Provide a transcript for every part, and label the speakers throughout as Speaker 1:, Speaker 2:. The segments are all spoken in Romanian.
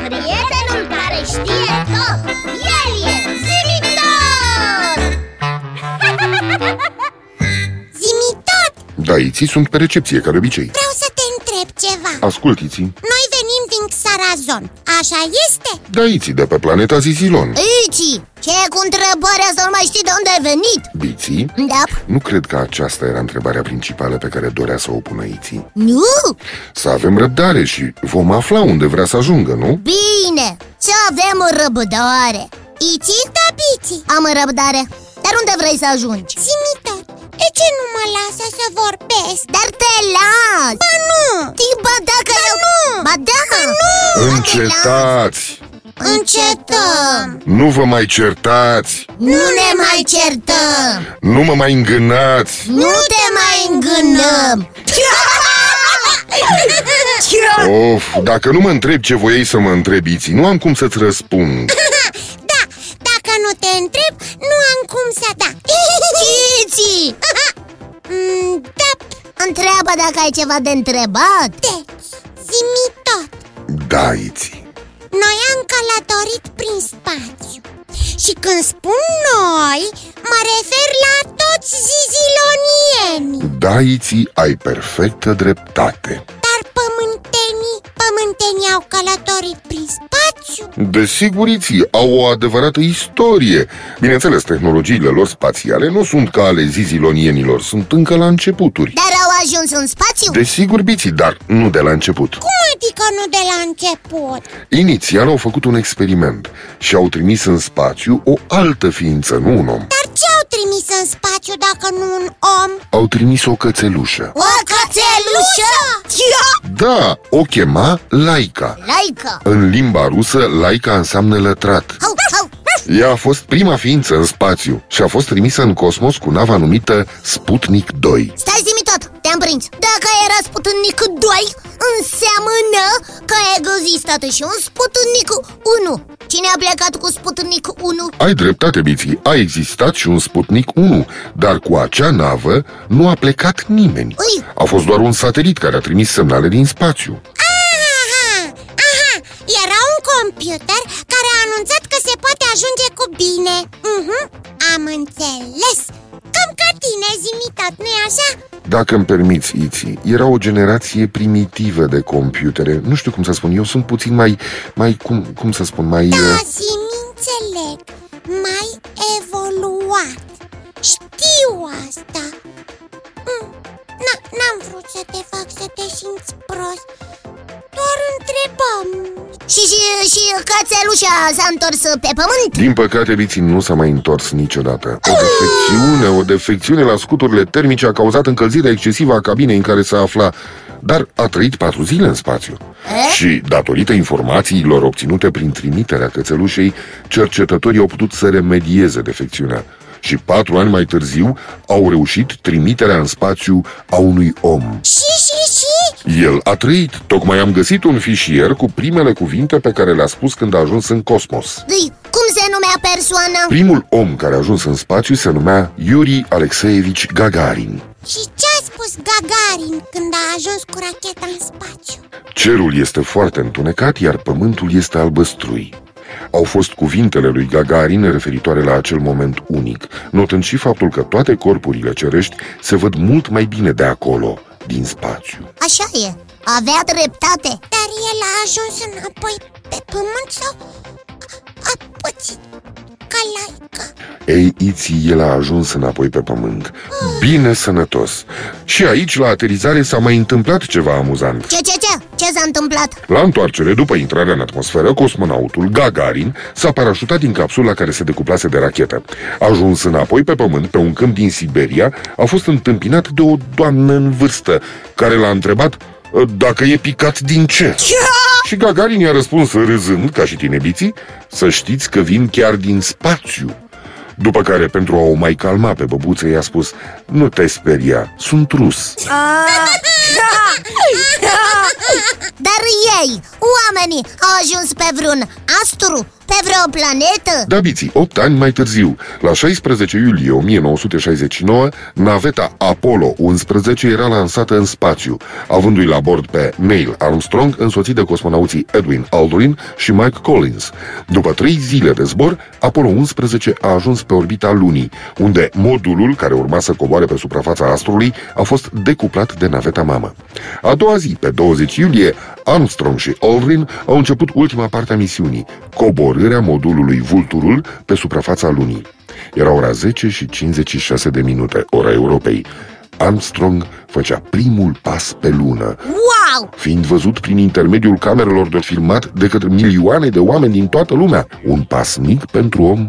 Speaker 1: Iții sunt pe recepție, ca de obicei.
Speaker 2: Vreau să te întreb ceva.
Speaker 1: Ascult, Iții.
Speaker 2: Noi venim din Xarazon, așa este?
Speaker 1: Da, Iții, de pe planeta Zizilon.
Speaker 3: Ici, ce cu întrebarea să nu mai știi de unde ai venit?
Speaker 1: Biții?
Speaker 3: Da,
Speaker 1: Nu cred că aceasta era întrebarea principală pe care dorea să o pună Iții.
Speaker 3: nu?
Speaker 1: Să avem răbdare și vom afla unde vrea să ajungă, nu?
Speaker 3: Bine, să avem o răbdare
Speaker 2: Iți da biți,
Speaker 3: Am răbdare, dar unde vrei să ajungi?
Speaker 2: Simitor, de ce nu mă lasă să vorbesc?
Speaker 3: Dar te las!
Speaker 2: Ba nu!
Speaker 3: Timp, ba da, că eu...
Speaker 2: nu!
Speaker 3: Ba da!
Speaker 2: Nu!
Speaker 1: Încetați!
Speaker 2: Încetăm!
Speaker 1: Nu vă mai certați!
Speaker 3: Nu ne mai certăm!
Speaker 1: Nu mă mai îngânați!
Speaker 3: Nu te mai îngânăm!
Speaker 1: Of, dacă nu mă întreb ce voiei să mă întrebiți, nu am cum să-ți răspund.
Speaker 2: da, dacă nu te întreb, nu am cum să da
Speaker 3: Ici!
Speaker 2: Mm, Da,
Speaker 3: Întreabă dacă ai ceva de întrebat
Speaker 2: deci, zimi tot
Speaker 1: Da, Iții.
Speaker 2: Noi am călătorit prin spațiu Și când spun noi, mă refer la toți zizilonieni
Speaker 1: Da, Iții, ai perfectă dreptate.
Speaker 2: Dar pământenii, pământenii au călătorit prin spațiu
Speaker 1: Desigur, iții au o adevărată istorie. Bineînțeles, tehnologiile lor spațiale nu sunt ca ale zizilonienilor, sunt încă la începuturi.
Speaker 3: Dar au ajuns în spațiu?
Speaker 1: Desigur, biții, dar nu de la început.
Speaker 2: Cum adică nu de la început?
Speaker 1: Inițial au făcut un experiment și au trimis în spațiu o altă ființă, nu un om.
Speaker 2: Dar ce au trimis în spațiu dacă nu un om?
Speaker 1: Au trimis o cățelușă.
Speaker 3: O cățelușă!
Speaker 1: Da, o chema Laica.
Speaker 3: Laică!
Speaker 1: În limba rusă, Laica înseamnă lătrat.
Speaker 3: Hau, hau!
Speaker 1: Ea a fost prima ființă în spațiu și a fost trimisă în cosmos cu nava numită Sputnik 2.
Speaker 3: Stai zi tot, te-am prins Dacă era Sputnik 2, înseamnă că a existat și un Sputnik 1 Cine a plecat cu Sputnik 1?
Speaker 1: Ai dreptate, Biții, a existat și un Sputnik 1, dar cu acea navă nu a plecat nimeni.
Speaker 3: Ui!
Speaker 1: A fost doar un satelit care a trimis semnale din spațiu.
Speaker 2: Aha, aha, era un computer care a anunțat că se poate ajunge cu bine uh-huh, Am înțeles Cam ca tine, zimitat, nu-i așa?
Speaker 1: Dacă îmi permiți, Iții, era o generație primitivă de computere. Nu știu cum să spun, eu sunt puțin mai... mai cum, cum să spun, mai...
Speaker 2: Da,
Speaker 1: uh,
Speaker 2: zimi, înțeleg Mai evoluat Știu asta Mm, Na, N-am vrut să te fac să te simți prost Doar întrebam
Speaker 3: Și, și, și cățelușa s-a întors pe pământ?
Speaker 1: Din păcate, Biții nu s-a mai întors niciodată. O defecțiune, o defecțiune la scuturile termice a cauzat încălzirea excesivă a cabinei în care se afla, dar a trăit patru zile în spațiu. Și, datorită informațiilor obținute prin trimiterea cățelușei, cercetătorii au putut să remedieze defecțiunea. Și patru ani mai târziu au reușit trimiterea în spațiu a unui om.
Speaker 2: Și, și, și
Speaker 1: El a trăit. Tocmai am găsit un fișier cu primele cuvinte pe care le-a spus când a ajuns în cosmos.
Speaker 3: Dâi, cum se numea persoana?
Speaker 1: Primul om care a ajuns în spațiu se numea Yuri Alexeevich Gagarin.
Speaker 2: Și ce a spus Gagarin când a ajuns cu racheta în spațiu?
Speaker 1: Cerul este foarte întunecat, iar pământul este albăstrui. Au fost cuvintele lui Gagarin referitoare la acel moment unic, notând și faptul că toate corpurile cerești se văd mult mai bine de acolo, din spațiu.
Speaker 3: Așa e, avea dreptate
Speaker 2: Dar el a ajuns înapoi pe pământ sau a- a pățit ca laica?
Speaker 1: Ei, Iții, el a ajuns înapoi pe pământ, bine sănătos. Și aici, la aterizare, s-a mai întâmplat ceva amuzant.
Speaker 3: Ce, ce, ce? Ce s-a întâmplat?
Speaker 1: La întoarcere, după intrarea în atmosferă, cosmonautul Gagarin s-a parașutat din capsula care se decuplase de rachetă. Ajuns înapoi pe pământ, pe un câmp din Siberia, a fost întâmpinat de o doamnă în vârstă, care l-a întrebat "Ă, dacă e picat din ce. Și Gagarin i-a răspuns râzând, ca și tinebiții, să știți că vin chiar din spațiu. După care, pentru a o mai calma pe băbuță, i-a spus Nu te speria, sunt rus
Speaker 3: Da. Dar ei, oamenii, au ajuns pe vreun astru? Pe vreo planetă?
Speaker 1: Dabiții, 8 Da, ani mai târziu, la 16 iulie 1969, naveta Apollo 11 era lansată în spațiu, avându-i la bord pe Neil Armstrong, însoțit de cosmonauții Edwin Aldrin și Mike Collins. După trei zile de zbor, Apollo 11 a ajuns pe orbita Lunii, unde modulul care urma să coboare pe suprafața astrului a fost decuplat de naveta mamă. A doua zi, pe 20 iulie, Armstrong și Aldrin au început ultima parte a misiunii, coborârea modulului Vulturul pe suprafața lunii. Era ora 10 și 56 de minute, ora Europei. Armstrong făcea primul pas pe lună,
Speaker 3: Wow!
Speaker 1: fiind văzut prin intermediul camerelor de filmat de către milioane de oameni din toată lumea. Un pas mic pentru om,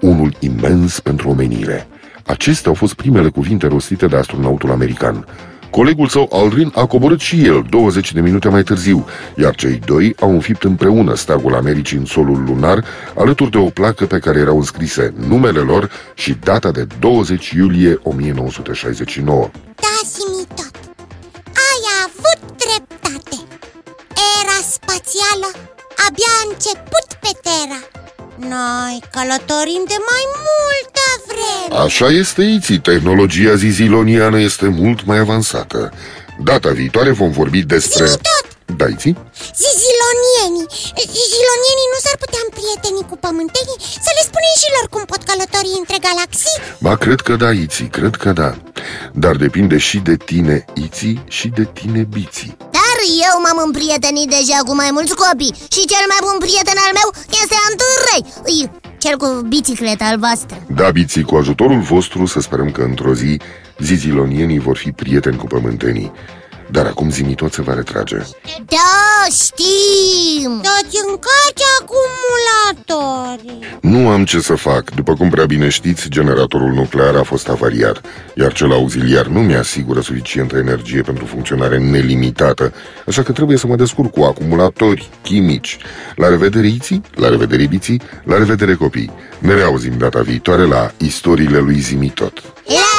Speaker 1: unul imens pentru omenire. Acestea au fost primele cuvinte rostite de astronautul american. Colegul său, Aldrin, a coborât și el 20 de minute mai târziu, iar cei doi au înfipt împreună steagul Americii în solul lunar, alături de o placă pe care erau înscrise numele lor și data de 20 iulie 1969.
Speaker 2: Da, mi tot. Ai avut dreptate. Era spațială abia a început pe Terra. Noi călătorim de mai multă vreme.
Speaker 1: Așa este, Iți, tehnologia ziziloniană este mult mai avansată. Data viitoare vom vorbi despre...
Speaker 2: Zi-mi tot!
Speaker 1: Da, Iți?
Speaker 2: Zizilonienii Zizilonienii nu s-ar putea împrieteni cu pământenii Să le spunem și lor cum pot călători între galaxii
Speaker 1: Ba, cred că da, Iți, cred că da. Dar depinde și de tine, Iți, și de tine, Biții.
Speaker 3: Dar eu m-am împrietenit deja cu mai mulți copii Și cel mai bun prieten al meu este Andrei Îi- Cel cu bicicleta albastră
Speaker 1: Da, Biții, cu ajutorul vostru să sperăm că într-o zi zizilonienii vor fi prieteni cu pământenii. Dar acum zimitot se va retrage.
Speaker 3: Da, știm!
Speaker 2: Dați încarci acumulatorii
Speaker 1: Nu am ce să fac. După cum prea bine știți, generatorul nuclear a fost avariat, iar cel auxiliar nu mi-asigură suficientă energie pentru funcționare nelimitată, așa că trebuie să mă descurc cu acumulatori chimici. La revedere, Iții, la revedere, Biții, la revedere, copii. Ne reauzim data viitoare la istoriile lui Zimitot.
Speaker 3: La